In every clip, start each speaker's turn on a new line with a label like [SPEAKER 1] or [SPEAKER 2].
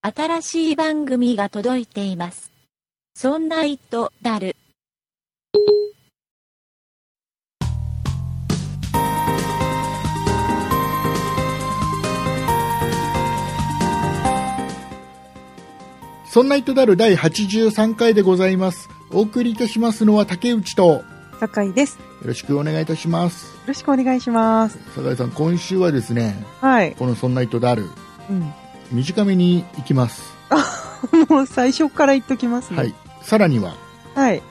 [SPEAKER 1] 新しい番組が届いています。そんな糸だる。
[SPEAKER 2] そんな糸だる第83回でございます。お送りいたしますのは竹内と、よ
[SPEAKER 3] 酒井です。よ
[SPEAKER 2] ろしくお願いいたします。
[SPEAKER 3] ろしくお願いします。
[SPEAKER 2] 酒井さん、今週はですね、
[SPEAKER 3] はい。
[SPEAKER 2] このそんな糸だる、
[SPEAKER 3] うん。
[SPEAKER 2] 短めに行きます。
[SPEAKER 3] もう最初から言っときますね。
[SPEAKER 2] はい。。さらには、
[SPEAKER 3] はい。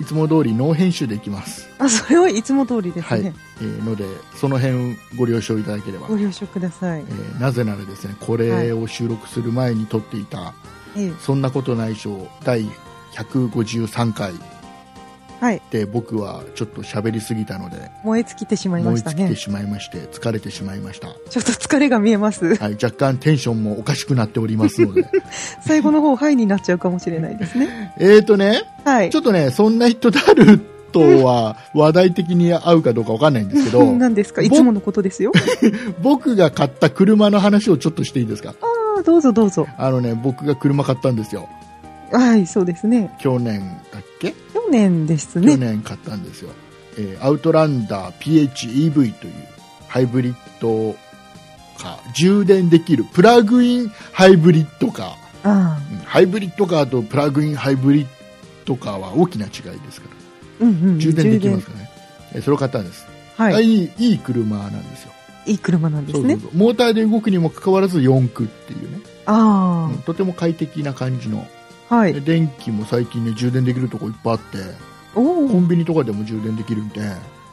[SPEAKER 2] いつも通りノー編集でいき ます。
[SPEAKER 3] あ、それはいつも通りです
[SPEAKER 2] はい。
[SPEAKER 3] ね。
[SPEAKER 2] えーので、その辺ご了承いただければ。
[SPEAKER 3] ご了承ください
[SPEAKER 2] え。ーなぜならですね、これを収録する前に撮っていた、
[SPEAKER 3] ええ。
[SPEAKER 2] そんなことないしょ第153回
[SPEAKER 3] はい。
[SPEAKER 2] で僕はちょっと喋りすぎたので、
[SPEAKER 3] 燃え尽きてしまいま
[SPEAKER 2] 燃え
[SPEAKER 3] した
[SPEAKER 2] 尽きて
[SPEAKER 3] ね。
[SPEAKER 2] しまいまして、疲れてしまいました。
[SPEAKER 3] ちょっと疲れが見えます。
[SPEAKER 2] はい、若干テンションもおかしくなっておりますので。
[SPEAKER 3] 最後の方、はいになっちゃうかもしれないですね。
[SPEAKER 2] えーとね、
[SPEAKER 3] はい
[SPEAKER 2] ち。ょっとね、そんな人だるとは話題的に合うかどうかわかんないんですけ ど、
[SPEAKER 3] 何ですか
[SPEAKER 2] ぼ
[SPEAKER 3] いつものこ とですよ。
[SPEAKER 2] 僕が買った車の話をちょっとしていいですか
[SPEAKER 3] ああ、どうぞどうぞ。
[SPEAKER 2] あのね、僕が車買ったんですよ。
[SPEAKER 3] はい、そうですね。
[SPEAKER 2] 去年だっけ
[SPEAKER 3] 去年です
[SPEAKER 2] 去
[SPEAKER 3] ね。
[SPEAKER 2] 年買ったんですよ。えーアウトランダー PHEV というハイブリッドカー、充電できるプラグインハイブリッドカー。
[SPEAKER 3] あ
[SPEAKER 2] うんハイブリッドカーとプラグインハイブリッドカーは大きな違いですから、
[SPEAKER 3] あ、うんうん。
[SPEAKER 2] 充電できますからね、えそれを買ったんです、
[SPEAKER 3] はい
[SPEAKER 2] あい、いいい車なんですよ
[SPEAKER 3] いい車なんですね。
[SPEAKER 2] そうそうそうモーターで動くにもかかわらず四駆っていうね、
[SPEAKER 3] あ
[SPEAKER 2] うんとても快適な感じの、
[SPEAKER 3] あ、は
[SPEAKER 2] で
[SPEAKER 3] い。
[SPEAKER 2] 電気も最近ね充電できるとこいっぱいあって
[SPEAKER 3] お
[SPEAKER 2] コ
[SPEAKER 3] お、
[SPEAKER 2] ンビニとかでも充電できるんで、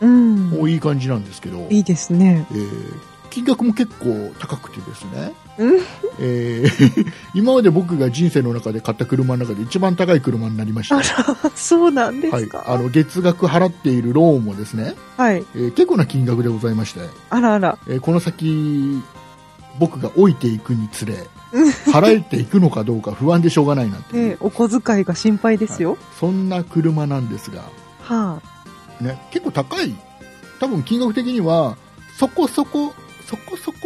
[SPEAKER 3] うん。
[SPEAKER 2] もういい感じなんですけど、
[SPEAKER 3] いいですね。
[SPEAKER 2] えー金額も結構高くてですね
[SPEAKER 3] うん、
[SPEAKER 2] えー 今まで僕が人生の中で買った車の中で一番高い車になりました
[SPEAKER 3] あら、そうなんで
[SPEAKER 2] は
[SPEAKER 3] す
[SPEAKER 2] い、
[SPEAKER 3] か。
[SPEAKER 2] あの月額払っているローンもですね、
[SPEAKER 3] はい。
[SPEAKER 2] えー結構な金額でございまして、
[SPEAKER 3] あらあら。
[SPEAKER 2] えーこの先僕が老いていくにつれ払えていくのかどうか不安でしょうがないなんていう、
[SPEAKER 3] ね、お小遣いが心配ですよ。
[SPEAKER 2] そんな車なんですが、
[SPEAKER 3] は
[SPEAKER 2] ね、結構高い多分金額的にはそこそこそこそこ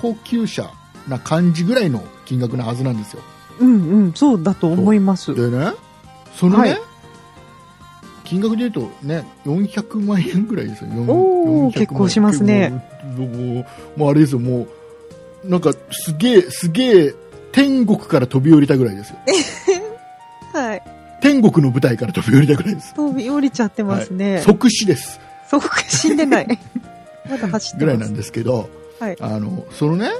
[SPEAKER 2] 高級車な感じぐらいの金額なはずなんですよ
[SPEAKER 3] あ、うんうん、そうだと思います。
[SPEAKER 2] でねそのね、
[SPEAKER 3] はい
[SPEAKER 2] 金額で言うとね400万円ぐらいですよ4
[SPEAKER 3] お
[SPEAKER 2] 400
[SPEAKER 3] ー
[SPEAKER 2] 万円
[SPEAKER 3] 結構しますね
[SPEAKER 2] もうもうもうあれですよもうなんかすげえすげえ天国から飛び降りたぐらいですよ
[SPEAKER 3] はい。
[SPEAKER 2] 天国の舞台から飛び降りたぐらいです
[SPEAKER 3] 飛び降りちゃってますね。
[SPEAKER 2] 即死です
[SPEAKER 3] そこ死ん でない。まだ走って
[SPEAKER 2] ぐらい
[SPEAKER 3] ま
[SPEAKER 2] なん
[SPEAKER 3] す。
[SPEAKER 2] ですけど
[SPEAKER 3] はい。
[SPEAKER 2] あのそのね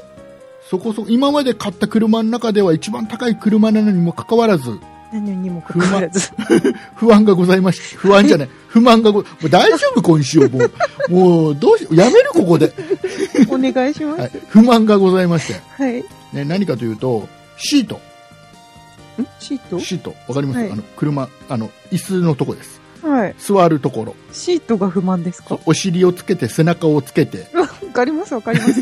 [SPEAKER 2] そこそこ今まで買った車の中では一番高い車なのにもかかわらず
[SPEAKER 3] 何にもかかわらず。
[SPEAKER 2] 不安がございま し不安じゃない不満がごもう大丈夫今週もうもうどうしやめるここで、
[SPEAKER 3] お願いしま
[SPEAKER 2] はい
[SPEAKER 3] す。、
[SPEAKER 2] 不満がございまして、
[SPEAKER 3] はい。ん
[SPEAKER 2] ね、何かというとシート
[SPEAKER 3] シー
[SPEAKER 2] シートわかります、
[SPEAKER 3] はい
[SPEAKER 2] あの車あの椅子のとこです
[SPEAKER 3] トはい。
[SPEAKER 2] 座るところ
[SPEAKER 3] シートが不満ですか
[SPEAKER 2] お尻をつけて背中をつけて
[SPEAKER 3] わかりますわかります。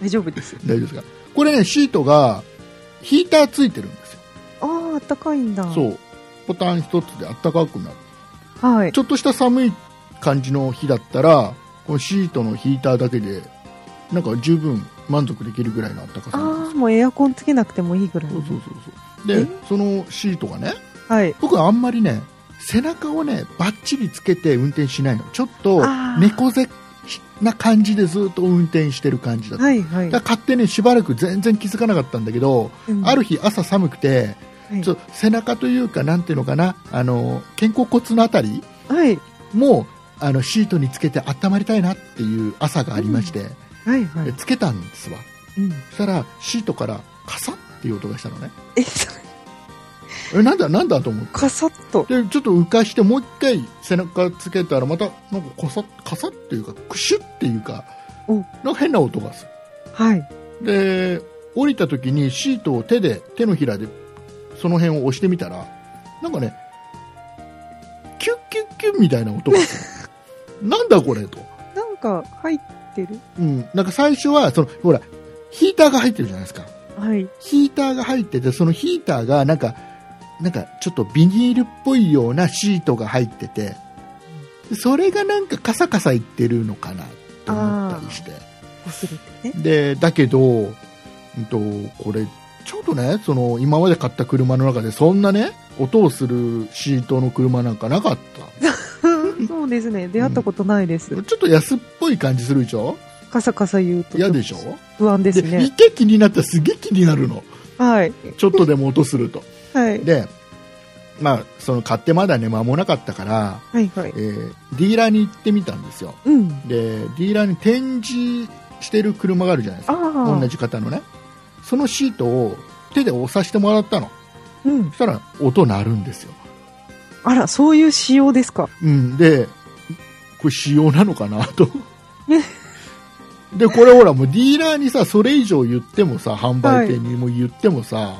[SPEAKER 3] 大丈 夫です。
[SPEAKER 2] 大丈夫ですかこれねシートがヒーターついてるんですよ
[SPEAKER 3] ああ、あったかいんだ。
[SPEAKER 2] そうボタン一つであったかくなる
[SPEAKER 3] はい。
[SPEAKER 2] ちょっとした寒い感じの日だったらこのシートのヒーターだけでなんか十分満足できるぐらいのあったかさなん
[SPEAKER 3] あ
[SPEAKER 2] で
[SPEAKER 3] あ、もうエアコンつけなくてもいいぐらい
[SPEAKER 2] す。そうそうそうそう
[SPEAKER 3] え
[SPEAKER 2] でそのシートがね
[SPEAKER 3] はい。
[SPEAKER 2] 僕はあんまりね背中をねバッチリつけて運転しないのちょっと
[SPEAKER 3] あー
[SPEAKER 2] 猫背な感じでずっと運転してる感じだった、
[SPEAKER 3] はいはい
[SPEAKER 2] だ。から買ってねしばらく全然気づかなかったんだけど、
[SPEAKER 3] うん
[SPEAKER 2] ある日朝寒くて
[SPEAKER 3] はい
[SPEAKER 2] ちょっと背中というかなんていうのかなあの肩甲骨のあたり
[SPEAKER 3] はい。
[SPEAKER 2] もうあのシートにつけて温まりたいなっていう朝がありまして、
[SPEAKER 3] はいは
[SPEAKER 2] で
[SPEAKER 3] い。
[SPEAKER 2] つけたんですわ
[SPEAKER 3] うん
[SPEAKER 2] そしたらシートからカサッっていう音がしたのね
[SPEAKER 3] え、そ
[SPEAKER 2] えなんだなんだと思って
[SPEAKER 3] カサッと。
[SPEAKER 2] でちょっと浮かしてもう一回背中つけたらまたなんかカサッカサッっていうかクシュッっていうか
[SPEAKER 3] お
[SPEAKER 2] なんか変な音がす
[SPEAKER 3] はい。
[SPEAKER 2] るで降りた時にシートを手で手のひらでその辺を押してみたらなんかねキュッキュッキュッみたいな音がす るなんだこれと
[SPEAKER 3] なんか入ってる
[SPEAKER 2] うん、なんか最初はそのほらヒーターが入ってるじゃないですか
[SPEAKER 3] はい。
[SPEAKER 2] ヒーターが入っててそのヒーターがなんかなんかちょっとビニールっぽいようなシートが入っててそれがなんかカサカサいってるのかなと思ったりして
[SPEAKER 3] こすれてね。
[SPEAKER 2] でだけど、うん、とこれちょっとね、その、今まで買った車の中で、そんなね、音をするシートの車なんかなか った。
[SPEAKER 3] そうですね。出会ったことないです。
[SPEAKER 2] ちょっと安っぽい感じするでしょ
[SPEAKER 3] カサカサ言うと。
[SPEAKER 2] 嫌でしょ
[SPEAKER 3] 不安です
[SPEAKER 2] で、
[SPEAKER 3] ね
[SPEAKER 2] 一。回気になったらすげえ気になるの。
[SPEAKER 3] はい。
[SPEAKER 2] ちょっとでも音すると。
[SPEAKER 3] はい。
[SPEAKER 2] で、まあ、その買ってまだね、間もなかったから、
[SPEAKER 3] はいはい
[SPEAKER 2] え。ーディーラーに行ってみたんですよ。
[SPEAKER 3] うん。
[SPEAKER 2] で、ディーラーに展示してる車があるじゃないですか。
[SPEAKER 3] あ
[SPEAKER 2] 同じ型のね。そのシートを手で押させてもらったの。
[SPEAKER 3] あ。うん
[SPEAKER 2] そ。したら音鳴るんですよ。
[SPEAKER 3] あら、そういう仕様ですか。
[SPEAKER 2] うん、で、これ仕様なのかなと。で、これほら、もうディーラーにさ、それ以上言ってもさ、販売店にも言ってもさ、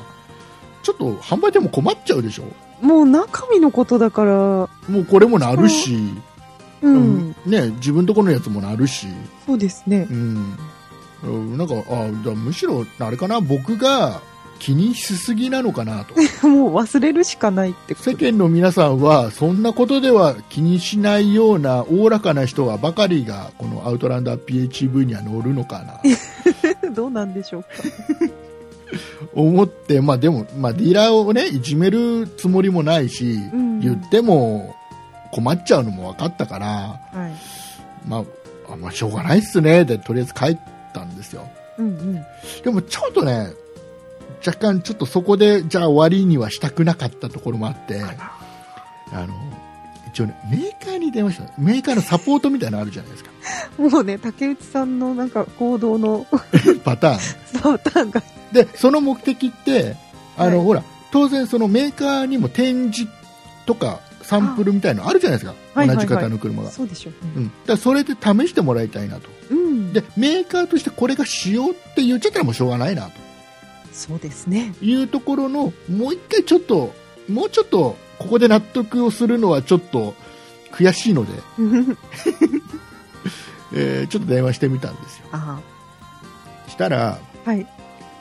[SPEAKER 2] ちょっと販売店も困っちゃうでしょ。
[SPEAKER 3] もう中身のことだから、
[SPEAKER 2] もうこれも鳴るし、う
[SPEAKER 3] う。
[SPEAKER 2] んんね、自分とこのやつも鳴るし、
[SPEAKER 3] そうですね。
[SPEAKER 2] うん、うんなんか、あだむしろ、あれかな、僕が気にしすぎなのかなと。
[SPEAKER 3] もう忘れるしかないってこ
[SPEAKER 2] 世
[SPEAKER 3] と。
[SPEAKER 2] 間の皆さんはそんなことでは気にしないようなおおらかな人はばかりがこのアウトランダー PHEV には乗るのか な
[SPEAKER 3] どうなんでしょうか。
[SPEAKER 2] 思って、まあ、でも、まあ、ディーラーを、ね、いじめるつもりもないし、
[SPEAKER 3] ん
[SPEAKER 2] 言っても困っちゃうのも分かったから、
[SPEAKER 3] はい。
[SPEAKER 2] まあ、あまあしょうがないっすねでとりあえず帰ったんですよ
[SPEAKER 3] うんうん。
[SPEAKER 2] でもちょっとね若干ちょっとそこでじゃあ終わりにはしたくなかったところもあって。あの、一応ね、メーカーに電話したのメーカーのサポートみたいなのあるじゃないですか。
[SPEAKER 3] もうね、竹内さんのなんか行動の
[SPEAKER 2] パター
[SPEAKER 3] パターンが。
[SPEAKER 2] ン。で、その目的って、あの、
[SPEAKER 3] はい
[SPEAKER 2] ほら、当然そのメーカーにも展示とかサンプルみたいのあるじゃないですか。
[SPEAKER 3] はいはい
[SPEAKER 2] 同
[SPEAKER 3] は
[SPEAKER 2] じ
[SPEAKER 3] い
[SPEAKER 2] 型の車が。
[SPEAKER 3] そうでしょう
[SPEAKER 2] う
[SPEAKER 3] ね。
[SPEAKER 2] ん。だからそれで試してもらいたいなと。
[SPEAKER 3] うん。
[SPEAKER 2] で、メーカーとしてこれが仕様って言っちゃったらもうしょうがないなと
[SPEAKER 3] そうですね。
[SPEAKER 2] いうところの、もう一回ちょっと、もうちょっと、ここで納得をするのはちょっと悔しいので、えーちょっと電話してみたんですよ。
[SPEAKER 3] あ
[SPEAKER 2] したら、
[SPEAKER 3] あ。はい。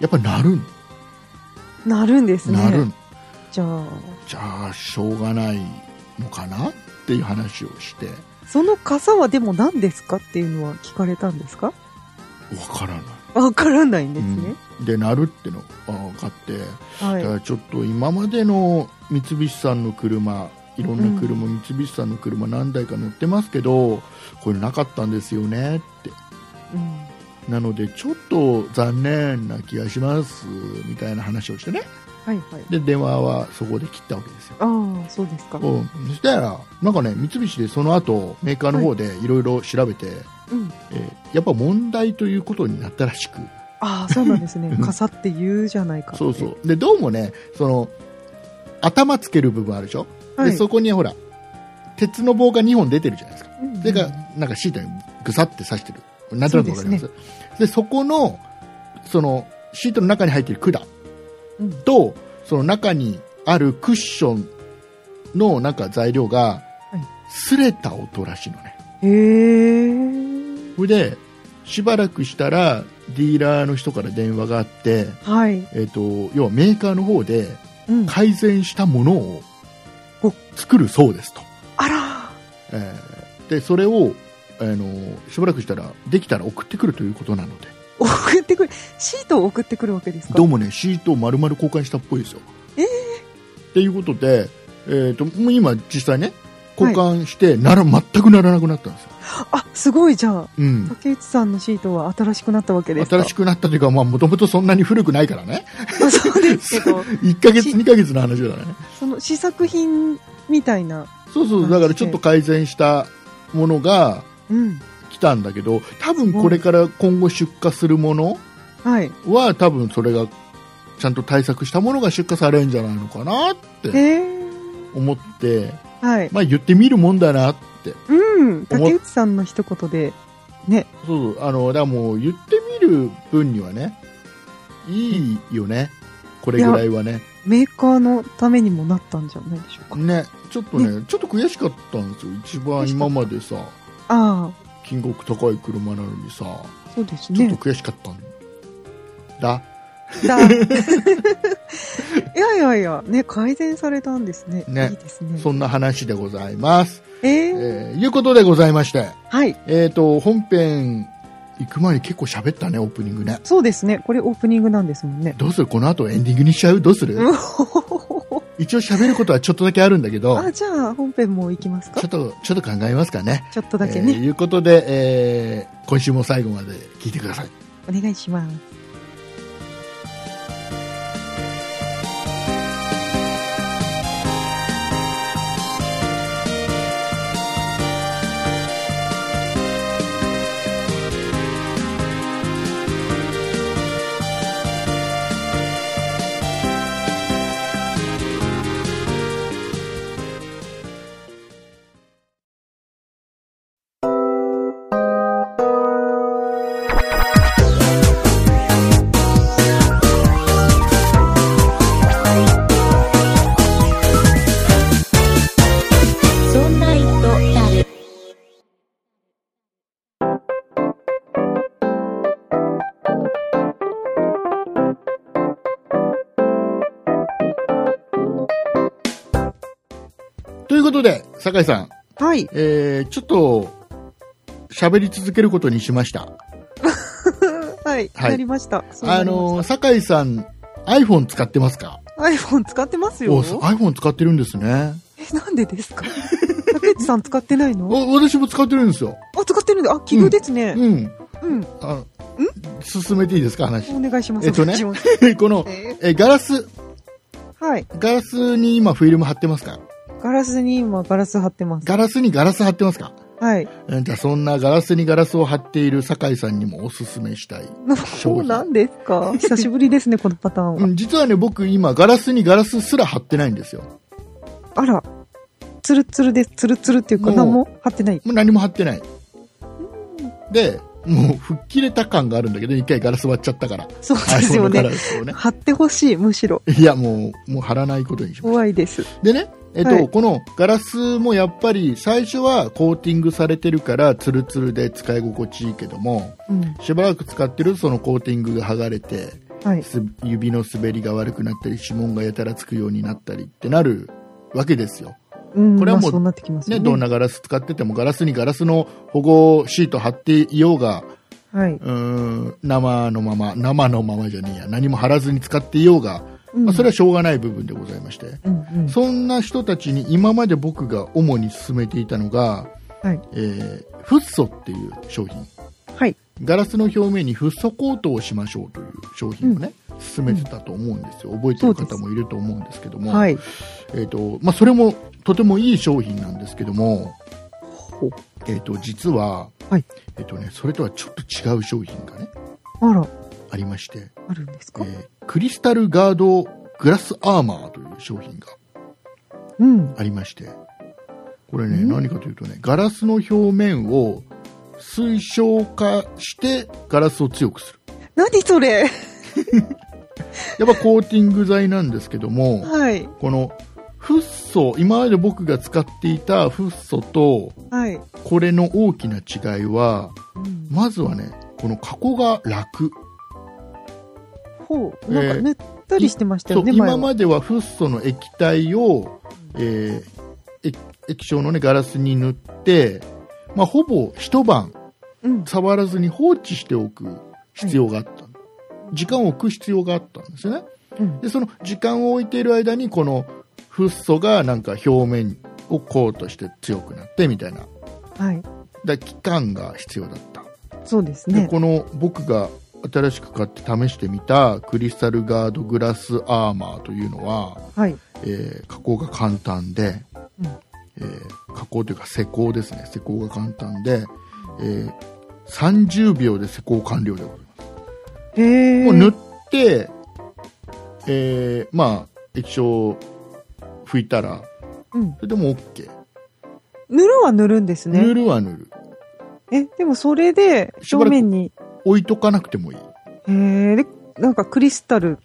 [SPEAKER 2] やっぱ鳴るん
[SPEAKER 3] なるんですね。
[SPEAKER 2] なるん
[SPEAKER 3] じゃあ、
[SPEAKER 2] じゃあしょうがないのかなっていう話をして
[SPEAKER 3] その傘はでも何ですかっていうのは聞かれたんですか
[SPEAKER 2] わからない
[SPEAKER 3] わからないんですね。
[SPEAKER 2] うんでなるってのあ分かって、
[SPEAKER 3] は
[SPEAKER 2] じゃ
[SPEAKER 3] い。
[SPEAKER 2] あちょっと今までの三菱さんの車いろんな車、三菱さんの車何台か乗ってますけどこれなかったんですよねって
[SPEAKER 3] うん。
[SPEAKER 2] なのでちょっと残念な気がしますみたいな話をしてね
[SPEAKER 3] はいはい。
[SPEAKER 2] で電話はそこで切ったわけですよ
[SPEAKER 3] ああ、そうですか。
[SPEAKER 2] うん、そしたら、なんかね、三菱でその後メーカーの方でいろいろ調べて、
[SPEAKER 3] うん。
[SPEAKER 2] えーやっぱ問題ということになったらしく、
[SPEAKER 3] ああ、そうなんです ね
[SPEAKER 2] うん。
[SPEAKER 3] 傘って言うじゃないかって。
[SPEAKER 2] そうそう、でどうもね、その頭つける部分あるでしょ、
[SPEAKER 3] はい。
[SPEAKER 2] でそこにほら、鉄の棒が2本出てるじゃないですか、
[SPEAKER 3] うんうん
[SPEAKER 2] それがなんかシートにぐさって刺してる、なんとなくわかります、
[SPEAKER 3] そ
[SPEAKER 2] でそこのそのシートの中に入ってる管
[SPEAKER 3] うん
[SPEAKER 2] と、その中にあるクッションのなんか材料が
[SPEAKER 3] はい、
[SPEAKER 2] 擦れた音らしいのね。
[SPEAKER 3] へえ。
[SPEAKER 2] それでしばらくしたらディーラーの人から電話があって、
[SPEAKER 3] はい。
[SPEAKER 2] えっと要はメーカーの方で
[SPEAKER 3] うん。
[SPEAKER 2] 改善したものを
[SPEAKER 3] お
[SPEAKER 2] 作るそうですと、
[SPEAKER 3] あら
[SPEAKER 2] えーでそれを、あのしばらくしたらできたら送ってくるということなので
[SPEAKER 3] 送ってくる、シートを送ってくるわけですか
[SPEAKER 2] どうもねシートを丸々交換したっぽいですよ。
[SPEAKER 3] えー
[SPEAKER 2] っていうことで、えー、ともう今実際ね交換してなら、全くならなくなったんですよ。
[SPEAKER 3] あ、すごい、じゃあ、
[SPEAKER 2] うん
[SPEAKER 3] 竹内さんのシートは新しくなったわけですか
[SPEAKER 2] 新しくなったというか、もともとそんなに古くないからね。
[SPEAKER 3] く。 そうですけど、
[SPEAKER 2] 1ヶ月、2ヶ月の話だね。
[SPEAKER 3] その試作品みたいな。
[SPEAKER 2] そうそう、だからちょっと改善したものが
[SPEAKER 3] うん。
[SPEAKER 2] 来たんだけど、多分これから今後出荷するもの
[SPEAKER 3] はい。
[SPEAKER 2] は、多分それが、ちゃんと対策したものが出荷されるんじゃないのかなって
[SPEAKER 3] へえ。
[SPEAKER 2] 思って、
[SPEAKER 3] はい。
[SPEAKER 2] まあ言ってみるもんだなって。
[SPEAKER 3] うん。竹内さんの一言で、ね。
[SPEAKER 2] そうそう、あの、だからもう言ってみる分にはね、いいよね。これぐらいはね。
[SPEAKER 3] メーカーのためにもなったんじゃないでしょうか。
[SPEAKER 2] ね、ちょっとね、ちょっと悔しかったんですよ。一番今までさ、
[SPEAKER 3] あ
[SPEAKER 2] 金額高い車なのにさ、
[SPEAKER 3] あ、そうで
[SPEAKER 2] ち
[SPEAKER 3] す
[SPEAKER 2] ょっと
[SPEAKER 3] ね。
[SPEAKER 2] 悔しかったんだ。
[SPEAKER 3] だ いやいやいや、ね、改善されたんですね。
[SPEAKER 2] ね
[SPEAKER 3] いいですね。
[SPEAKER 2] そんな話でございます。
[SPEAKER 3] え
[SPEAKER 2] え
[SPEAKER 3] ー、
[SPEAKER 2] ーいうことでございまして、
[SPEAKER 3] はい。
[SPEAKER 2] えっ、と、本編行く前に結構喋ったね、オープニングね。
[SPEAKER 3] そうですね。これオープニングなんですもんね。
[SPEAKER 2] どうするこの後エンディングにしちゃうどうする
[SPEAKER 3] うん
[SPEAKER 2] 一応喋ることはちょっとだけあるんだけど、
[SPEAKER 3] あ、じゃあ本編も行きますか
[SPEAKER 2] ちょっと、ちょっと考えますかね。
[SPEAKER 3] ちょっとだけ
[SPEAKER 2] えー
[SPEAKER 3] ね。
[SPEAKER 2] いうことで、えー今週も最後まで聞いてください。
[SPEAKER 3] お願いします。
[SPEAKER 1] そんな糸だる。
[SPEAKER 2] ということで、酒井さん、
[SPEAKER 3] はい。
[SPEAKER 2] えーちょっと、喋り続けることにしました。
[SPEAKER 3] はい。
[SPEAKER 2] はい
[SPEAKER 3] なりました。そうな
[SPEAKER 2] あ
[SPEAKER 3] りま
[SPEAKER 2] のー、
[SPEAKER 3] し
[SPEAKER 2] 酒井さん、iPhone 使ってますか
[SPEAKER 3] た iPhone 使ってますよ
[SPEAKER 2] お。iPhone 使ってるんですね。
[SPEAKER 3] え、なんでですか竹内さん使ってないの
[SPEAKER 2] お私も使ってるんですよ。
[SPEAKER 3] あ、使ってるんだ。あ、奇遇ですね。
[SPEAKER 2] うん。
[SPEAKER 3] うん。
[SPEAKER 2] あ進めていいですか、話。
[SPEAKER 3] お願いします。
[SPEAKER 2] えっとね
[SPEAKER 3] お願いします
[SPEAKER 2] この、
[SPEAKER 3] え
[SPEAKER 2] えガラス、
[SPEAKER 3] ーはい。
[SPEAKER 2] ガラスに今フィルム貼ってますか
[SPEAKER 3] ガラスに今ガラス貼ってます。
[SPEAKER 2] ガラスにガラス貼ってますか
[SPEAKER 3] はい。
[SPEAKER 2] えじゃあそんなガラスにガラスを貼っている酒井さんにもおすすめしたい。商
[SPEAKER 3] そ
[SPEAKER 2] 品
[SPEAKER 3] うなんですか久しぶ りですね、このパターン
[SPEAKER 2] う
[SPEAKER 3] は。
[SPEAKER 2] ん、実はね、僕今ガラスにガラスすら貼ってないんですよ。
[SPEAKER 3] あら。ツルツルです。ツルツルっていうか、
[SPEAKER 2] もう
[SPEAKER 3] 何も貼ってない。
[SPEAKER 2] もう何も貼ってない。で、もう吹っ切れた感があるんだけど、一回ガラス割っちゃったから。
[SPEAKER 3] そうです
[SPEAKER 2] iPhone
[SPEAKER 3] よ
[SPEAKER 2] のガラ
[SPEAKER 3] ね。
[SPEAKER 2] スをね。
[SPEAKER 3] 貼ってほしい、むしろ。
[SPEAKER 2] いや、もう、もう貼らないことにしました
[SPEAKER 3] 怖いです。
[SPEAKER 2] でね、えっと、
[SPEAKER 3] はい
[SPEAKER 2] このガラスもやっぱり最初はコーティングされてるからツルツルで使い心地いいけども、
[SPEAKER 3] うん。
[SPEAKER 2] しばらく使ってるとそのコーティングが剥がれて、
[SPEAKER 3] はい。
[SPEAKER 2] す指の滑りが悪くなったり、指紋がやたらつくようになったりってなるわけですよ。
[SPEAKER 3] うん。
[SPEAKER 2] これはもう
[SPEAKER 3] まあそうなってきます
[SPEAKER 2] ね、
[SPEAKER 3] よ
[SPEAKER 2] どん
[SPEAKER 3] ね。
[SPEAKER 2] なガラス使っててもガラスにガラスの保護シート貼っていようが、
[SPEAKER 3] はい。
[SPEAKER 2] うーん、生のまま、生のままじゃねえや、何も貼らずに使っていようが、まあ、それはしょうがない部分でございまして。
[SPEAKER 3] うんうん。
[SPEAKER 2] そんな人たちに今まで僕が主に勧めていたのが、
[SPEAKER 3] はい。
[SPEAKER 2] えーフッ素っていう商品。
[SPEAKER 3] はい。
[SPEAKER 2] ガラスの表面にフッ素コートをしましょうという商品をね、勧めてたと思うんですよ。覚えてる方もいると思うんですけども。
[SPEAKER 3] はい。
[SPEAKER 2] えっ、と、まあ、それもとてもいい商品なんですけども、
[SPEAKER 3] ほ
[SPEAKER 2] えっ、と、実は、
[SPEAKER 3] はい
[SPEAKER 2] えっ、とね、それとはちょっと違う商品がね、
[SPEAKER 3] あら、
[SPEAKER 2] ありまして、
[SPEAKER 3] あるんです
[SPEAKER 2] え
[SPEAKER 3] か
[SPEAKER 2] ークリスタルガードグラスアーマーという商品が
[SPEAKER 3] うん。
[SPEAKER 2] ありましてこれね、
[SPEAKER 3] うん
[SPEAKER 2] 何かというとねガラスの表面を推奨化してガラスを強くする
[SPEAKER 3] 何それ
[SPEAKER 2] やっぱコーティング剤なんですけども
[SPEAKER 3] はい。
[SPEAKER 2] このフッ素今まで僕が使っていたフッ素と
[SPEAKER 3] はい。
[SPEAKER 2] これの大きな違いは
[SPEAKER 3] うん
[SPEAKER 2] まずはねこの加工が楽
[SPEAKER 3] ほう。なんか塗ったりしてました
[SPEAKER 2] そ
[SPEAKER 3] よ
[SPEAKER 2] う
[SPEAKER 3] ね、前
[SPEAKER 2] 今
[SPEAKER 3] は。
[SPEAKER 2] まではフッ素の液体を、えー液液晶の、ね、ガラスに塗って、まあ、ほぼ一晩
[SPEAKER 3] うん。
[SPEAKER 2] 触らずに放置しておく必要があった、時間を置く必要があったんですよね
[SPEAKER 3] うん。
[SPEAKER 2] でその時間を置いている間にこのフッ素がなんか表面をコートして強くなってみたいな
[SPEAKER 3] はい。
[SPEAKER 2] だ期間が必要だった、
[SPEAKER 3] そうです
[SPEAKER 2] で
[SPEAKER 3] ね。
[SPEAKER 2] この僕が新しく買って試してみたクリスタルガードグラスアーマーというのは、
[SPEAKER 3] はい。
[SPEAKER 2] えー加工が簡単で、
[SPEAKER 3] うん
[SPEAKER 2] えー加工というか施工ですね施工が簡単で、えー30秒で施工完了でございます
[SPEAKER 3] へえ。
[SPEAKER 2] もう塗って、えーまあ液晶を拭いたら
[SPEAKER 3] うん
[SPEAKER 2] それでも OK、
[SPEAKER 3] 塗るは塗るんですね。
[SPEAKER 2] 塗るは塗る
[SPEAKER 3] え、でもそれで
[SPEAKER 2] しばらく
[SPEAKER 3] 表面に、
[SPEAKER 2] 置いとかなくてもいい
[SPEAKER 3] へえ、で、なんかクリスタル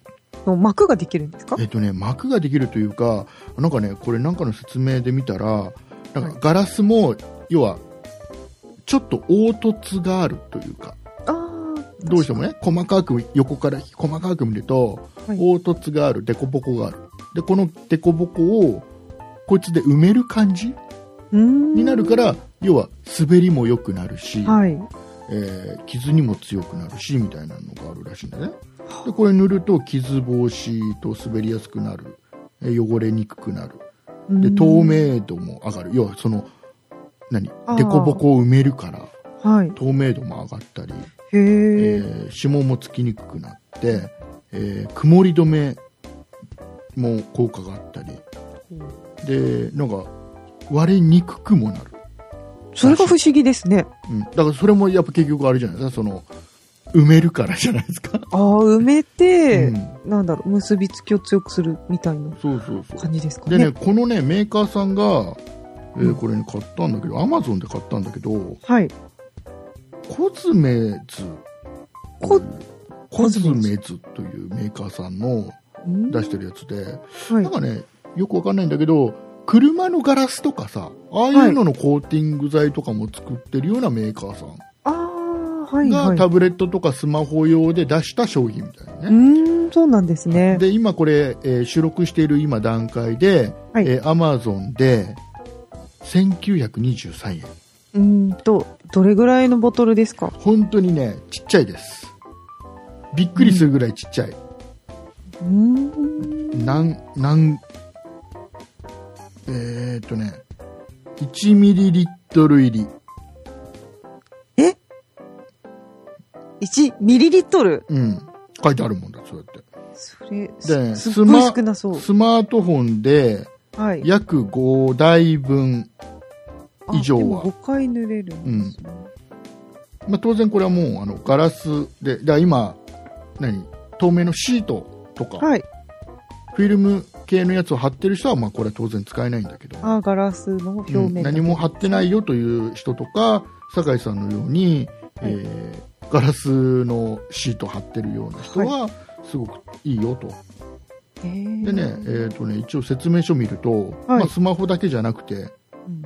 [SPEAKER 3] の膜ができるんですか
[SPEAKER 2] えっ、とね膜ができるというかなんかねこれなんかの説明で見たらなんかガラスも要はちょっと凹凸があるというか
[SPEAKER 3] ああ、
[SPEAKER 2] どうしてもね細かく横から細かく見ると、
[SPEAKER 3] はい
[SPEAKER 2] 凹凸がある凸凹があるでこの凸凹をこいつで埋める感じ
[SPEAKER 3] うーん。
[SPEAKER 2] になるから要は滑りも良くなるし、
[SPEAKER 3] はい。
[SPEAKER 2] えー傷にも強くなるしみたいなのがあるらしいんだねでこれ塗ると傷防止と滑りやすくなるえー汚れにくくなるで透明度も上がる要はその何凸
[SPEAKER 3] あー
[SPEAKER 2] 凹を埋めるから
[SPEAKER 3] はい。
[SPEAKER 2] 透明度も上がったり、
[SPEAKER 3] へ
[SPEAKER 2] え
[SPEAKER 3] え。
[SPEAKER 2] ー指紋もつきにくくなって、えー曇り止めも効果があったりでなんか割れにくくもなる、
[SPEAKER 3] それが不思議ですね。
[SPEAKER 2] うん、だからそれもやっぱ結局あれじゃないですかその埋めるからじゃないですか、
[SPEAKER 3] ああ、埋めて、
[SPEAKER 2] うん
[SPEAKER 3] なんだろう、結びつきを強くするみたいな
[SPEAKER 2] そうそうそう
[SPEAKER 3] 感じですか
[SPEAKER 2] で
[SPEAKER 3] ね。
[SPEAKER 2] ねこのねメーカーさんが、えーこれね買ったんだけどアマゾンで買ったんだけど
[SPEAKER 3] はい。
[SPEAKER 2] コズメズ
[SPEAKER 3] こ、
[SPEAKER 2] コズメズというメーカーさんの
[SPEAKER 3] ん
[SPEAKER 2] 出してるやつで、
[SPEAKER 3] はい
[SPEAKER 2] なん。かねよくわかんないんだけど車のガラスとかさああいうののコーティング剤とかも作ってるようなメーカーさん
[SPEAKER 3] ああ、はい、
[SPEAKER 2] が、
[SPEAKER 3] はい。
[SPEAKER 2] タブレットとかスマホ用で出した商品みたいなね
[SPEAKER 3] う、ーん、そうなんですね。
[SPEAKER 2] で今これ、えー収録している今段階で、
[SPEAKER 3] はい
[SPEAKER 2] えー Amazon で1923円
[SPEAKER 3] うーんと、どれぐらいのボトルですか
[SPEAKER 2] 本当にねちっちゃいですびっくりするぐらいちっちゃい、
[SPEAKER 3] うーん。
[SPEAKER 2] なんなんえー、っとね1ミリリットル入り
[SPEAKER 3] え ?1 ミリリットル
[SPEAKER 2] うん書いてあるもんだそうやって
[SPEAKER 3] それ、
[SPEAKER 2] ですス
[SPEAKER 3] っごい
[SPEAKER 2] マ
[SPEAKER 3] 少なそう。
[SPEAKER 2] スマートフォンで
[SPEAKER 3] はい。
[SPEAKER 2] 約5台分、
[SPEAKER 3] あ
[SPEAKER 2] 以上は
[SPEAKER 3] でも5回塗れるんですね。
[SPEAKER 2] まあ、当然これはもうあのガラスでだから今何透明のシートとか、
[SPEAKER 3] はい。
[SPEAKER 2] フィルム系のやつを貼ってる人はまあこれは当然使えないんだけど
[SPEAKER 3] あーガラスの表面
[SPEAKER 2] うん
[SPEAKER 3] だけ、
[SPEAKER 2] 何も貼ってないよという人とか酒井さんのように、
[SPEAKER 3] はい
[SPEAKER 2] えーガラスのシート貼ってるような人はすごくいいよと、
[SPEAKER 3] へー
[SPEAKER 2] でね,、えー、とね一応説明書見ると、
[SPEAKER 3] はい
[SPEAKER 2] まあ、スマホだけじゃなくて
[SPEAKER 3] うん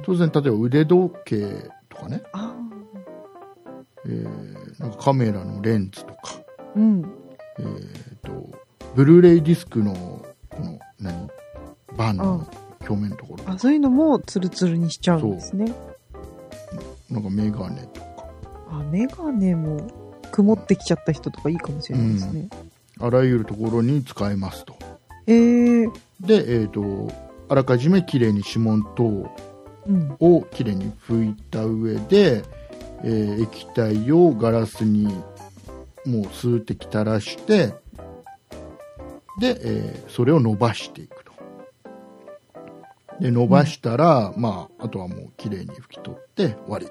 [SPEAKER 2] 当然例えば腕時計とかね、
[SPEAKER 3] あ
[SPEAKER 2] えーなんかカメラのレンズとか、
[SPEAKER 3] ーうん。
[SPEAKER 2] えー、とブルーレイディスクのこの何バンの表面のところ
[SPEAKER 3] あ、そういうのもツルツルにしちゃうんですね。
[SPEAKER 2] なんかメガネとか
[SPEAKER 3] あ、メガネも曇ってきちゃった人とかいいかもしれないですね。
[SPEAKER 2] あらゆるところに使えますと。
[SPEAKER 3] えー、
[SPEAKER 2] で、えー、とあらかじめきれいに指紋等
[SPEAKER 3] うん。
[SPEAKER 2] をきれいに拭いた上で、えー液体をガラスにもう数滴垂らしてで、えーそれを伸ばしていくとで伸ばしたら、まあ、あとはもうきれいに拭き取って終わり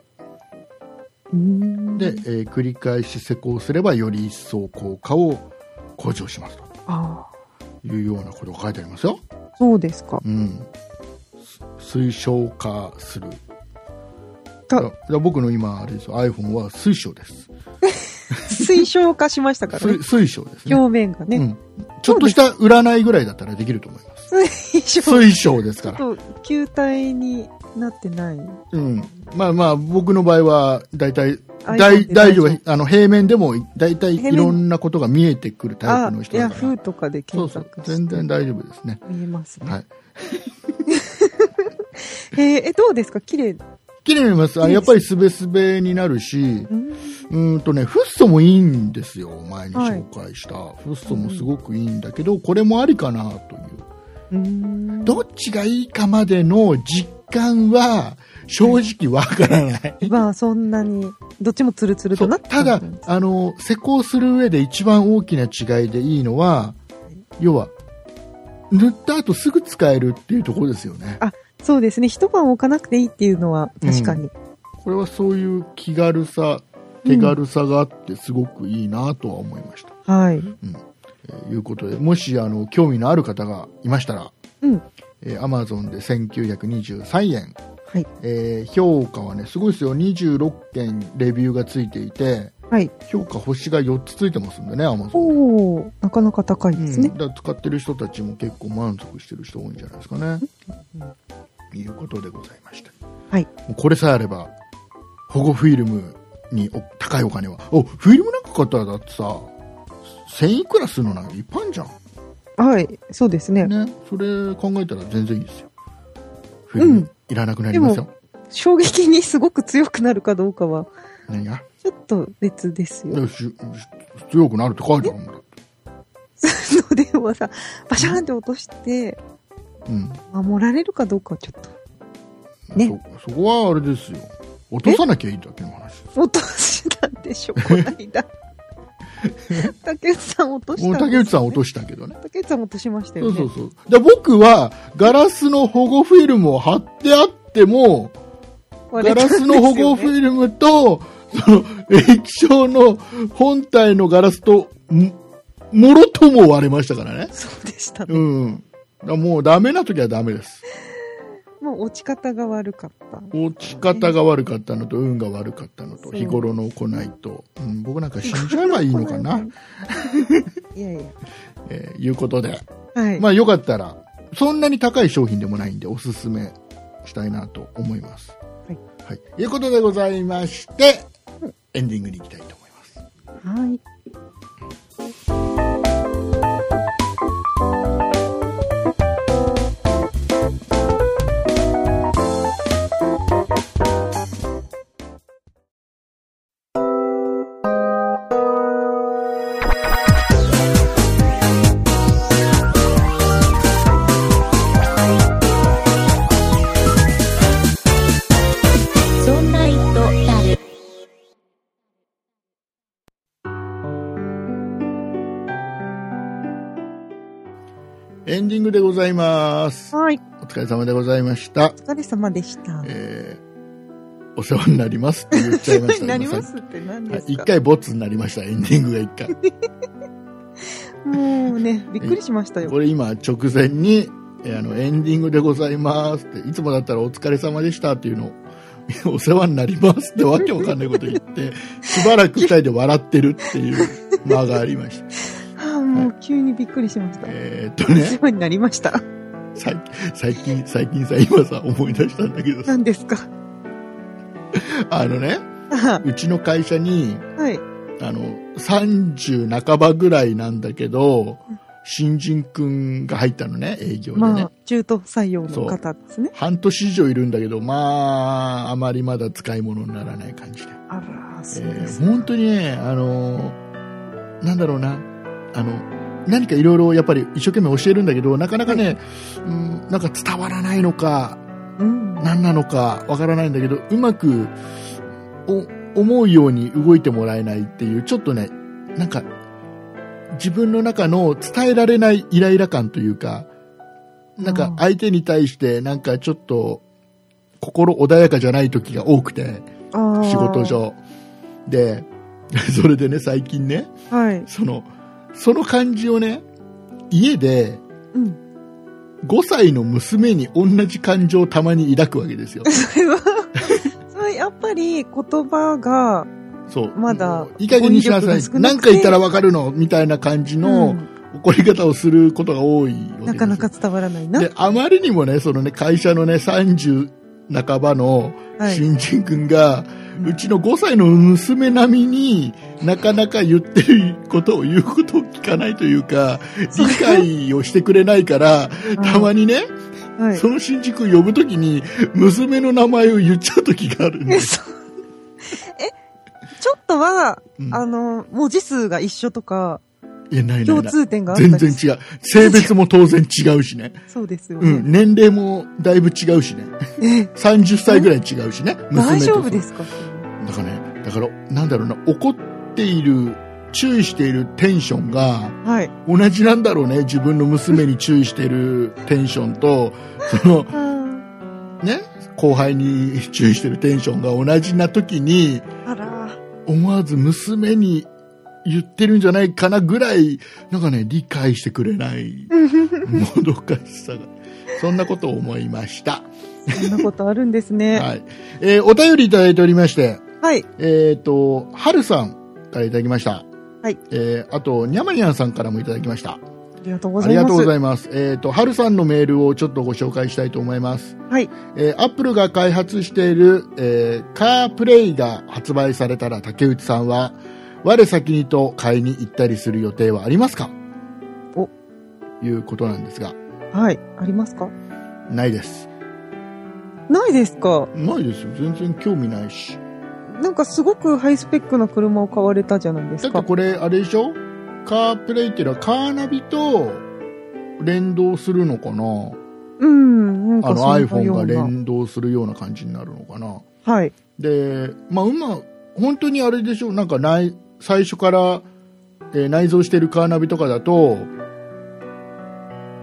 [SPEAKER 3] うーん
[SPEAKER 2] で、えー繰り返し施工すればより一層効果を向上しますと
[SPEAKER 3] あ
[SPEAKER 2] いうようなことが書いてありますよ
[SPEAKER 3] ーそうです か。
[SPEAKER 2] うん、す推奨化する
[SPEAKER 3] た
[SPEAKER 2] だから僕の今あれですよ iPhone は推奨です
[SPEAKER 3] 推奨化しましたから
[SPEAKER 2] 推
[SPEAKER 3] ね。
[SPEAKER 2] 推奨ですね、
[SPEAKER 3] 表面
[SPEAKER 2] う
[SPEAKER 3] がね。
[SPEAKER 2] ん、ちょっとした占いぐらいだったらできると思います
[SPEAKER 3] 推奨。
[SPEAKER 2] 推奨です
[SPEAKER 3] ちょ
[SPEAKER 2] か
[SPEAKER 3] っ
[SPEAKER 2] ら、
[SPEAKER 3] と球体になってない。
[SPEAKER 2] うん、まあまあ僕の場合は大体
[SPEAKER 3] iPhone
[SPEAKER 2] 大
[SPEAKER 3] っ
[SPEAKER 2] 大
[SPEAKER 3] て大丈
[SPEAKER 2] 丈
[SPEAKER 3] 夫
[SPEAKER 2] 夫あの平面でも大体
[SPEAKER 3] 平
[SPEAKER 2] い
[SPEAKER 3] 面
[SPEAKER 2] ろんなことが見えてくるタイ
[SPEAKER 3] あ
[SPEAKER 2] プの、人
[SPEAKER 3] ヤ
[SPEAKER 2] だから
[SPEAKER 3] フーとかで
[SPEAKER 2] そう
[SPEAKER 3] 検
[SPEAKER 2] そう
[SPEAKER 3] 索して
[SPEAKER 2] 全然大丈夫ですね、
[SPEAKER 3] 見えますね。
[SPEAKER 2] はい、
[SPEAKER 3] えーえ、どうですか綺麗。
[SPEAKER 2] 綺麗に見えますあやっぱりすべすべになるし
[SPEAKER 3] うん
[SPEAKER 2] うーんとね、フッ素もいいんですよ、前に紹介した。フッ素もすごくいいんだけど、これもありかなという。
[SPEAKER 3] うーん
[SPEAKER 2] どっちがいいかまでの実感は、正直わからない。
[SPEAKER 3] まあそんなに、どっちもツルツル
[SPEAKER 2] そ
[SPEAKER 3] と
[SPEAKER 2] う
[SPEAKER 3] なって
[SPEAKER 2] ただ、あの、施工する上で一番大きな違いでいいのは、要は、塗った後すぐ使えるっていうところですよね。
[SPEAKER 3] そうですね。一晩置かなくていいっていうのは確かに。
[SPEAKER 2] これはそういう気軽さ、手軽さがあってすごくいいなとは思いました。
[SPEAKER 3] は
[SPEAKER 2] え
[SPEAKER 3] い。
[SPEAKER 2] ーいうことで、もし、あの、興味のある方がいましたら、
[SPEAKER 3] うん。
[SPEAKER 2] えー Amazon で1923円、
[SPEAKER 3] はい。
[SPEAKER 2] えー評価はねすごいですよ26件レビューがついていて
[SPEAKER 3] はい。
[SPEAKER 2] 評価星が4つついてますんでね Amazon
[SPEAKER 3] おお、なかなか高いです
[SPEAKER 2] う
[SPEAKER 3] ね
[SPEAKER 2] ん、。だから使ってる人たちも結構満足してる人多いんじゃないですかね、いうことでございまして
[SPEAKER 3] はい。
[SPEAKER 2] もうこれさえあれば保護フィルムにお高いお金はおフィルムなんか買ったらだってさ1000いくらするのなんかいっぱいあんじゃん
[SPEAKER 3] はい。そうですね。
[SPEAKER 2] ねそれ考えたら全然いいですよフィルム、
[SPEAKER 3] うん
[SPEAKER 2] いらなくなります
[SPEAKER 3] で
[SPEAKER 2] よ
[SPEAKER 3] も衝撃にすごく強くなるかどうかは
[SPEAKER 2] 何が
[SPEAKER 3] ちょっと別ですよ。
[SPEAKER 2] よしし強くなるって書いてあるもんだ。
[SPEAKER 3] その電話さ、バシャーンって落として、
[SPEAKER 2] うん。
[SPEAKER 3] 守られるかどうかはちょっと。ね
[SPEAKER 2] そ。そこはあれですよ。落とさなきゃいいだけの話。
[SPEAKER 3] 落としたんでしょ、こない だ。竹内さん落とした
[SPEAKER 2] もう竹内さん落
[SPEAKER 3] と
[SPEAKER 2] としたけどね。
[SPEAKER 3] 竹内さん落としました
[SPEAKER 2] そう
[SPEAKER 3] よね。
[SPEAKER 2] そうそう。で僕は、ガラスの保護フィルムを貼ってあっても、ガラスの保護フ
[SPEAKER 3] 風
[SPEAKER 2] ィルムと、その、液晶の本体のガラスと、ももろとも割れましたからね。
[SPEAKER 3] そうでしたね。
[SPEAKER 2] うん。だからもうダメな時はダメです。
[SPEAKER 3] もう落ち方が悪かった。
[SPEAKER 2] 落ち方が悪かったのと、運が悪かったの
[SPEAKER 3] そ
[SPEAKER 2] と、
[SPEAKER 3] う
[SPEAKER 2] 日頃の行いと、うん、僕なんか死んじゃえばいいのかな、
[SPEAKER 3] いやいや。
[SPEAKER 2] えーいうことで。
[SPEAKER 3] はい。
[SPEAKER 2] まあよかったら、そんなに高い商品でもないんで、おすすめしたいなと思います。
[SPEAKER 3] はい。
[SPEAKER 2] はい。いうことでございまして、エンディングに行きたいと思います。
[SPEAKER 3] はい。
[SPEAKER 1] そんな糸だる。
[SPEAKER 2] エンディングでございます。
[SPEAKER 3] はい。
[SPEAKER 2] お疲れ様でございました。
[SPEAKER 3] お疲れ様でした。
[SPEAKER 2] えー、お世話になりますって言っちゃいました。
[SPEAKER 3] なりま
[SPEAKER 2] 今さ
[SPEAKER 3] すって
[SPEAKER 2] っ
[SPEAKER 3] 何
[SPEAKER 2] き
[SPEAKER 3] で
[SPEAKER 2] はい
[SPEAKER 3] す
[SPEAKER 2] 一
[SPEAKER 3] か、
[SPEAKER 2] 回ボツになりました、エンディングが一回。
[SPEAKER 3] もうね、びっくりしましたよ。
[SPEAKER 2] これ今直前に、えーあの、エンディングでございますって、いつもだったらお疲れ様でしたっていうのを、 お世話になりますってわけわかんないこと言って、 しばらく二人で笑ってるっていう間がありました。
[SPEAKER 3] ああ、もう急にびっくりしました。
[SPEAKER 2] えーっと
[SPEAKER 3] お
[SPEAKER 2] ね
[SPEAKER 3] 世、話になりました。
[SPEAKER 2] 最最近、最近さ、今さ、思い出したんだけどさ、
[SPEAKER 3] 何ですか
[SPEAKER 2] あのね、
[SPEAKER 3] あ
[SPEAKER 2] うちの会社に、
[SPEAKER 3] はい。
[SPEAKER 2] あの、30半ばぐらいなんだけど、新人くんが入ったのね、営業でね。
[SPEAKER 3] まあ、中途採用の方ですね。
[SPEAKER 2] 半年以上いるんだけど、まあ、あまりまだ使い物にならない感じで。
[SPEAKER 3] あら、
[SPEAKER 2] え
[SPEAKER 3] そうです
[SPEAKER 2] ー
[SPEAKER 3] ね。
[SPEAKER 2] 本当にね、あのーなんだろうな、あの、何かいろいろやっぱり一生懸命教えるんだけど、なかなかね、うん、なんか伝わらないのか、
[SPEAKER 3] うん。
[SPEAKER 2] 何なのかわからないんだけど、うまくお思うように動いてもらえないっていう、ちょっとね、なんか、自分の中の伝えられないイライラ感というか、なん
[SPEAKER 3] あ
[SPEAKER 2] か
[SPEAKER 3] ー
[SPEAKER 2] 相手に対してなんかちょっと心穏やかじゃない時が多くて、
[SPEAKER 3] ああ
[SPEAKER 2] 仕事。上。で、 それでね、最近ね、
[SPEAKER 3] はい。
[SPEAKER 2] その、その感じをね、家で
[SPEAKER 3] うん。
[SPEAKER 2] 5歳の娘に同じ感情をたまに抱くわけですよ。
[SPEAKER 3] それは、それはやっぱり言葉が、
[SPEAKER 2] そう。
[SPEAKER 3] まだ
[SPEAKER 2] もういい加減にしな
[SPEAKER 3] 語彙
[SPEAKER 2] さい
[SPEAKER 3] 力。が少なく
[SPEAKER 2] 何
[SPEAKER 3] て
[SPEAKER 2] 回言ったらわかるのみたいな感じ
[SPEAKER 3] う
[SPEAKER 2] の
[SPEAKER 3] ん
[SPEAKER 2] 怒り方をすることが多いわけですよ
[SPEAKER 3] なかなか伝わらないな。
[SPEAKER 2] で、あまりにもね、そのね、会社のね、30半ばの
[SPEAKER 3] はい。
[SPEAKER 2] 新人君が、
[SPEAKER 3] ん
[SPEAKER 2] うちの5歳の娘並みになかなか言ってることを言うことを聞かないというか、理解をしてくれないから、たまにね、
[SPEAKER 3] に、はい
[SPEAKER 2] その新人君呼ぶときに、娘の名前を言っちゃうときがあるんで
[SPEAKER 3] え、
[SPEAKER 2] す。
[SPEAKER 3] そう。え、ちょっとは、
[SPEAKER 2] うん
[SPEAKER 3] あの、文字数が一緒とか、
[SPEAKER 2] いや、ないない
[SPEAKER 3] 共
[SPEAKER 2] ない。
[SPEAKER 3] 通点があったり
[SPEAKER 2] 全然違う。性別も当然違うしね。
[SPEAKER 3] そうですよ
[SPEAKER 2] う
[SPEAKER 3] ね。
[SPEAKER 2] ん。年齢もだいぶ違うしね。
[SPEAKER 3] え、
[SPEAKER 2] 30歳ぐらい違うしね。。
[SPEAKER 3] 大丈夫ですすか
[SPEAKER 2] だからね、だから、なんだろうな、怒っている、注意しているテンションが、
[SPEAKER 3] はい。
[SPEAKER 2] 同じなんだろうね。自分の娘に注意しているテンションと、その、
[SPEAKER 3] あ
[SPEAKER 2] ね、後輩に注意しているテンションが同じな時に、
[SPEAKER 3] ら、
[SPEAKER 2] 思わず娘に言ってるんじゃないかなぐらい、なんかね、理解してくれない、もどかしさが。そんなことを思いました。
[SPEAKER 3] そんなことあるんですね。
[SPEAKER 2] はい。えーお便りいただいておりまして、
[SPEAKER 3] はい。
[SPEAKER 2] えっ、と、はるさんからいただきました。
[SPEAKER 3] はい。
[SPEAKER 2] えーあと、にゃまにゃんさんからもいただきました。
[SPEAKER 3] ありがとうご
[SPEAKER 2] あ
[SPEAKER 3] ざい
[SPEAKER 2] り
[SPEAKER 3] ます。
[SPEAKER 2] がとうございます。えっ、と、はるさんのメールをちょっとご紹介したいと思います。
[SPEAKER 3] はい。
[SPEAKER 2] えー、アップルが開発している、えー、カープレイが発売されたら竹内さんは、我先にと買いに行ったりする予定はありますか
[SPEAKER 3] お
[SPEAKER 2] いうことなんですが、
[SPEAKER 3] はい。ありますか
[SPEAKER 2] ないです。
[SPEAKER 3] ないですか
[SPEAKER 2] ないですよ。全然興味ないし。
[SPEAKER 3] なんかすごくハイスペックな車を買われたじゃないで
[SPEAKER 2] だ
[SPEAKER 3] す
[SPEAKER 2] って
[SPEAKER 3] か。
[SPEAKER 2] これ、あれでしょカープレイっていうのはカーナビと連動するのかな
[SPEAKER 3] うん、なん
[SPEAKER 2] あ
[SPEAKER 3] か
[SPEAKER 2] の
[SPEAKER 3] そんな
[SPEAKER 2] iPhone
[SPEAKER 3] よ
[SPEAKER 2] が
[SPEAKER 3] うな。
[SPEAKER 2] 連動するような感じになるのかな
[SPEAKER 3] はい。
[SPEAKER 2] で、まあ、うま、本当にあれでしょなんか内、最初から、えー内蔵してるカーナビとかだと、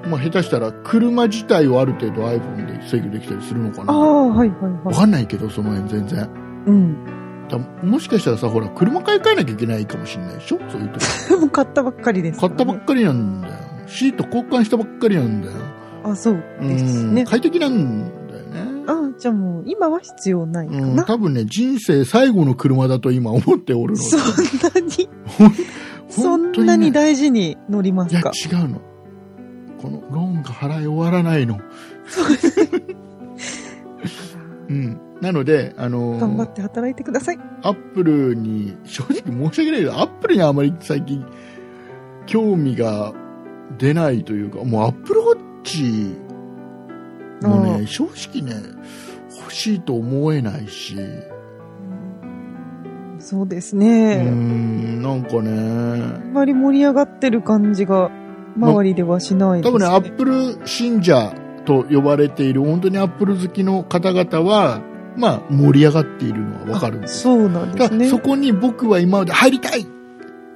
[SPEAKER 2] まあ、下手したら車自体をある程度 iPhone で制御できたりするのか
[SPEAKER 3] あ
[SPEAKER 2] なわ
[SPEAKER 3] あ、はいはいはい。
[SPEAKER 2] かんないけど、その辺全然。
[SPEAKER 3] うん。
[SPEAKER 2] だもしかしたらさ、ほら、車買い替えなきゃいけないかもしれないでしょそういうとこ。
[SPEAKER 3] もう買ったばっかりです、
[SPEAKER 2] 買ったばっかりなんだよ。シート交換したばっかりなんだよ。
[SPEAKER 3] あ、そう
[SPEAKER 2] う
[SPEAKER 3] です
[SPEAKER 2] ん、
[SPEAKER 3] ね。
[SPEAKER 2] 快適なんだよね。
[SPEAKER 3] あじゃあもう今は必要ないか
[SPEAKER 2] うん、
[SPEAKER 3] な。
[SPEAKER 2] 多分ね、人生最後の車だと今思っておるので。
[SPEAKER 3] そんなに、そ
[SPEAKER 2] 本
[SPEAKER 3] ん
[SPEAKER 2] 当
[SPEAKER 3] なに
[SPEAKER 2] ね
[SPEAKER 3] 大事に乗りま
[SPEAKER 2] いや
[SPEAKER 3] すか
[SPEAKER 2] 違うのこのローンが払い終わらないのうんなのであ
[SPEAKER 3] 頑張
[SPEAKER 2] の
[SPEAKER 3] って働いてください。
[SPEAKER 2] アップルに正直申し訳ないけどアップルにはあまり最近興味が出ないというかもうアップルウォッチも
[SPEAKER 3] う
[SPEAKER 2] ね正直ね欲しいと思えないし、
[SPEAKER 3] そうです
[SPEAKER 2] うー
[SPEAKER 3] ね。
[SPEAKER 2] んなんかね
[SPEAKER 3] あんまり盛り上がってる感じが周りではしないです、
[SPEAKER 2] 多
[SPEAKER 3] ね
[SPEAKER 2] 分ね、アップル信者と呼ばれている、本当にアップル好きの方々は、まあ、盛り上がっているのはわかるんです
[SPEAKER 3] そうなんで
[SPEAKER 2] だ
[SPEAKER 3] す
[SPEAKER 2] から
[SPEAKER 3] ね
[SPEAKER 2] そ。こに僕は今まで入りたい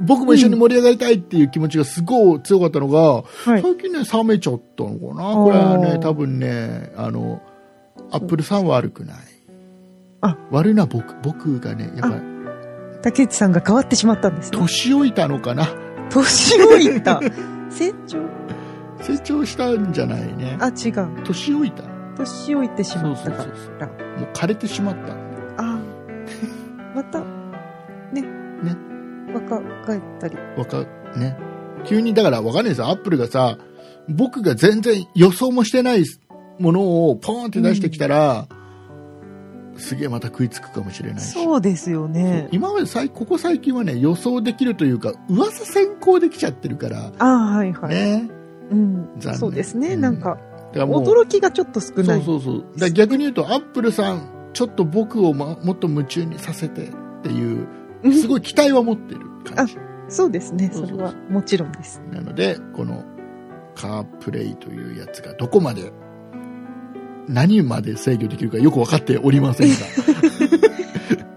[SPEAKER 2] 僕も一緒に盛り上がりたいっていう気持ちがすごい強かったのが、
[SPEAKER 3] は
[SPEAKER 2] 最
[SPEAKER 3] い。
[SPEAKER 2] 近ね、冷めちゃったのかな。これは
[SPEAKER 3] あ
[SPEAKER 2] ね、
[SPEAKER 3] ー
[SPEAKER 2] 多分ね、あの、アップルさんは悪くない
[SPEAKER 3] あ。
[SPEAKER 2] 悪いのは僕、僕がね、やっぱり、
[SPEAKER 3] 竹内さんが変わってしまったんですね。
[SPEAKER 2] 年老いたのかな。
[SPEAKER 3] 年老 いた。成長
[SPEAKER 2] 成長したんじゃないね。
[SPEAKER 3] あ、違う。
[SPEAKER 2] 年老いた。
[SPEAKER 3] 年老いてしまったから。
[SPEAKER 2] そうそうそうもう枯れてしまった。
[SPEAKER 3] ああ。また、ね。
[SPEAKER 2] ね。
[SPEAKER 3] 若返ったり。
[SPEAKER 2] わか、ね。急に、だからわかんないですよ。アップルがさ、僕が全然予想もしてないものをポーンって出してきたら、すげえまた食いつくかもしれないし。
[SPEAKER 3] そうですよね。
[SPEAKER 2] 今まで最、ここ最近はね、予想できるというか、噂先行できちゃってるから、
[SPEAKER 3] ああ、はいはい。
[SPEAKER 2] ね。
[SPEAKER 3] うん。
[SPEAKER 2] 残念
[SPEAKER 3] そうですね。
[SPEAKER 2] うん
[SPEAKER 3] なんか、
[SPEAKER 2] だからもう、
[SPEAKER 3] 驚きがちょっと少ない。
[SPEAKER 2] そうそうそう。だから逆に言うと、アップルさん、ちょっと僕を、ま、もっと夢中にさせてっていう、
[SPEAKER 3] うん
[SPEAKER 2] すごい期待は持ってる感じ。
[SPEAKER 3] そうですね。
[SPEAKER 2] そう
[SPEAKER 3] そ
[SPEAKER 2] そう
[SPEAKER 3] れ
[SPEAKER 2] そう
[SPEAKER 3] はもちろんです。
[SPEAKER 2] なので、このカープレイというやつがどこまで、何まで制御できるかよく分かっておりませんが、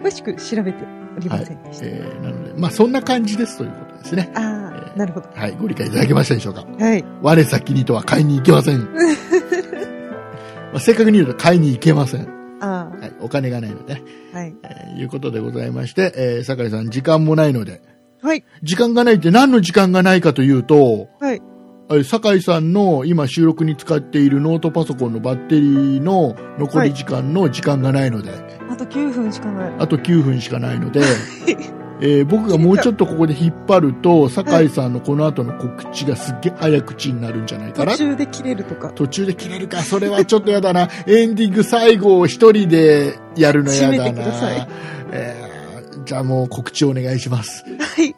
[SPEAKER 3] 詳しく調べておりませんでした。
[SPEAKER 2] えーなので、まあそんな感じですということですね。
[SPEAKER 3] あ
[SPEAKER 2] え
[SPEAKER 3] あ、
[SPEAKER 2] ー
[SPEAKER 3] なるほど。
[SPEAKER 2] はい、ご理解いただけましたでしょうか。
[SPEAKER 3] はい。
[SPEAKER 2] 我先にとは買いに行けません。まあ正確に言うと買いに行けません。
[SPEAKER 3] あ
[SPEAKER 2] はい、お金がないのでね、
[SPEAKER 3] あ、はい。
[SPEAKER 2] えーいうことでございまして、えー、酒井さん時間もないので、
[SPEAKER 3] はい。
[SPEAKER 2] 時間がないって何の時間がないかというと、
[SPEAKER 3] はい。
[SPEAKER 2] え酒井さんの今収録に使っているノートパソコンのバッテリーの残り時間の時間がないので、
[SPEAKER 3] あと9分しかない。
[SPEAKER 2] あと9分しかないの で、えー僕がもうちょっとここで引っ張ると、酒井さんのこの後の告知がすっげえ早口になるんじゃないか
[SPEAKER 3] 途
[SPEAKER 2] な。
[SPEAKER 3] 中で切れるとか。
[SPEAKER 2] 途中で切れるか、それはちょっとやだな。 エンディング最後を一人でやるのや
[SPEAKER 3] 締め
[SPEAKER 2] だ
[SPEAKER 3] てください
[SPEAKER 2] な。えーじゃあもう告知お願いします。
[SPEAKER 3] はい。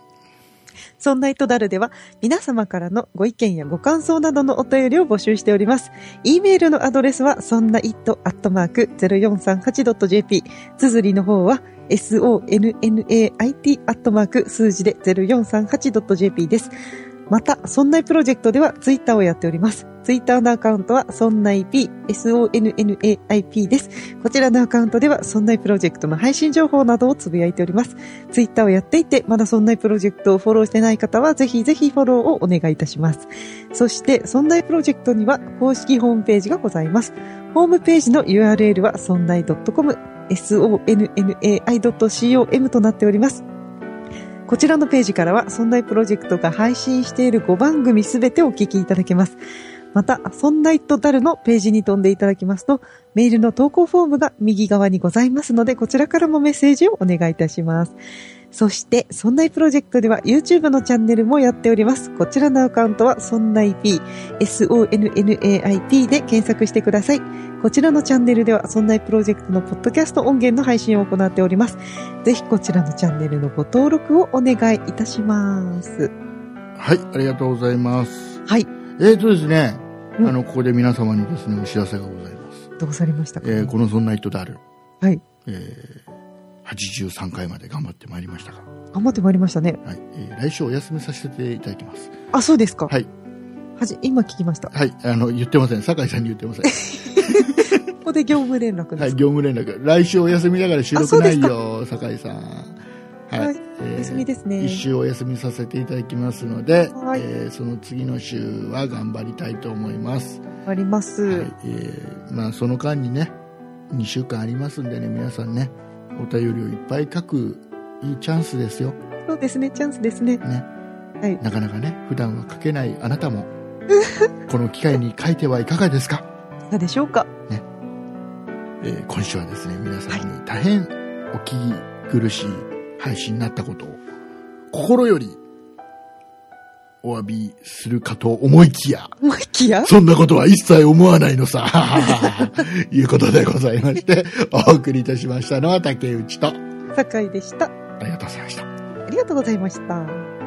[SPEAKER 3] そんな糸だるでは、皆様からのご意見やご感想などのお便りを募集しております。e メールのアドレスは、そんな it.0438.jp。綴りの方は、sonnait. アットマーク数字で 0438.jp です。また、そんないプロジェクトではツイッターをやっております。ツイッターのアカウントは、そんない p、sonnaip です。こちらのアカウントでは、そんないプロジェクトの配信情報などをつぶやいております。ツイッターをやっていて、まだそんなプロジェクトをフォローしてない方は、ぜひぜひフォローをお願いいたします。そして、そんなプロジェクトには公式ホームページがございます。ホームページの URL は、そんない .com、sonnai.com となっております。こちらのページからは、そんなプロジェクトが配信している5番組すべてお聞きいただけます。また、そんないとダルのページに飛んでいただきますと、メールの投稿フォームが右側にございますので、こちらからもメッセージをお願いいたします。そして、そんないプロジェクトでは YouTube のチャンネルもやっております。こちらのアカウントは、そんない P、sonnait で検索してください。こちらのチャンネルでは、そんないプロジェクトのポッドキャスト音源の配信を行っております。ぜひ、こちらのチャンネルのご登録をお願いいたします。
[SPEAKER 2] はい、ありがとうございます。
[SPEAKER 3] はい。
[SPEAKER 2] えーとですね、
[SPEAKER 3] うん
[SPEAKER 2] あの、ここで皆様にですね、お知らせがございます。
[SPEAKER 3] どうされましたか、
[SPEAKER 2] えーこのそんな人である。
[SPEAKER 3] はい。
[SPEAKER 2] えー83回まで頑張ってまいりましたが、
[SPEAKER 3] 頑張ってまいりましたね。
[SPEAKER 2] はいえー来週お休みさせていただきます。
[SPEAKER 3] あ、そうですか。
[SPEAKER 2] はい、
[SPEAKER 3] はじ、今聞きました。
[SPEAKER 2] はい、あの、言ってません。酒井さんに言って ません。
[SPEAKER 3] ここで業務連絡
[SPEAKER 2] は
[SPEAKER 3] で
[SPEAKER 2] い、
[SPEAKER 3] す。
[SPEAKER 2] 業務連絡。来週お休みだから収
[SPEAKER 3] あそ
[SPEAKER 2] 録な
[SPEAKER 3] うで
[SPEAKER 2] い
[SPEAKER 3] すか
[SPEAKER 2] よ、酒井さん。はい。
[SPEAKER 3] はい
[SPEAKER 2] え
[SPEAKER 3] お
[SPEAKER 2] ー
[SPEAKER 3] 休みですね
[SPEAKER 2] 一。週お休みさせていただきますので、
[SPEAKER 3] はい
[SPEAKER 2] えーその次の週は頑張りたいと思います。
[SPEAKER 3] 頑張ります。
[SPEAKER 2] はいえーまあ、その間にね、2週間ありますんでね、皆さんね、お便りをいっぱい書くいいチャンスですよ。
[SPEAKER 3] そうですね、チャンスですね。
[SPEAKER 2] ね。
[SPEAKER 3] はい
[SPEAKER 2] なかなかね、普段は書けないあなたも、この機会に書いてはいかがですか
[SPEAKER 3] いかがでしょうか。
[SPEAKER 2] えー今週はですね皆さんに大変お聞き苦しい配信になったことを心よりお詫びするかと思いきや
[SPEAKER 3] マイキや
[SPEAKER 2] そんなことは一切思わないのさ いうことでございましてお送りいたしましたのは竹内とあ
[SPEAKER 3] 酒井でした。
[SPEAKER 2] りがとうございました
[SPEAKER 3] ありがとうございました。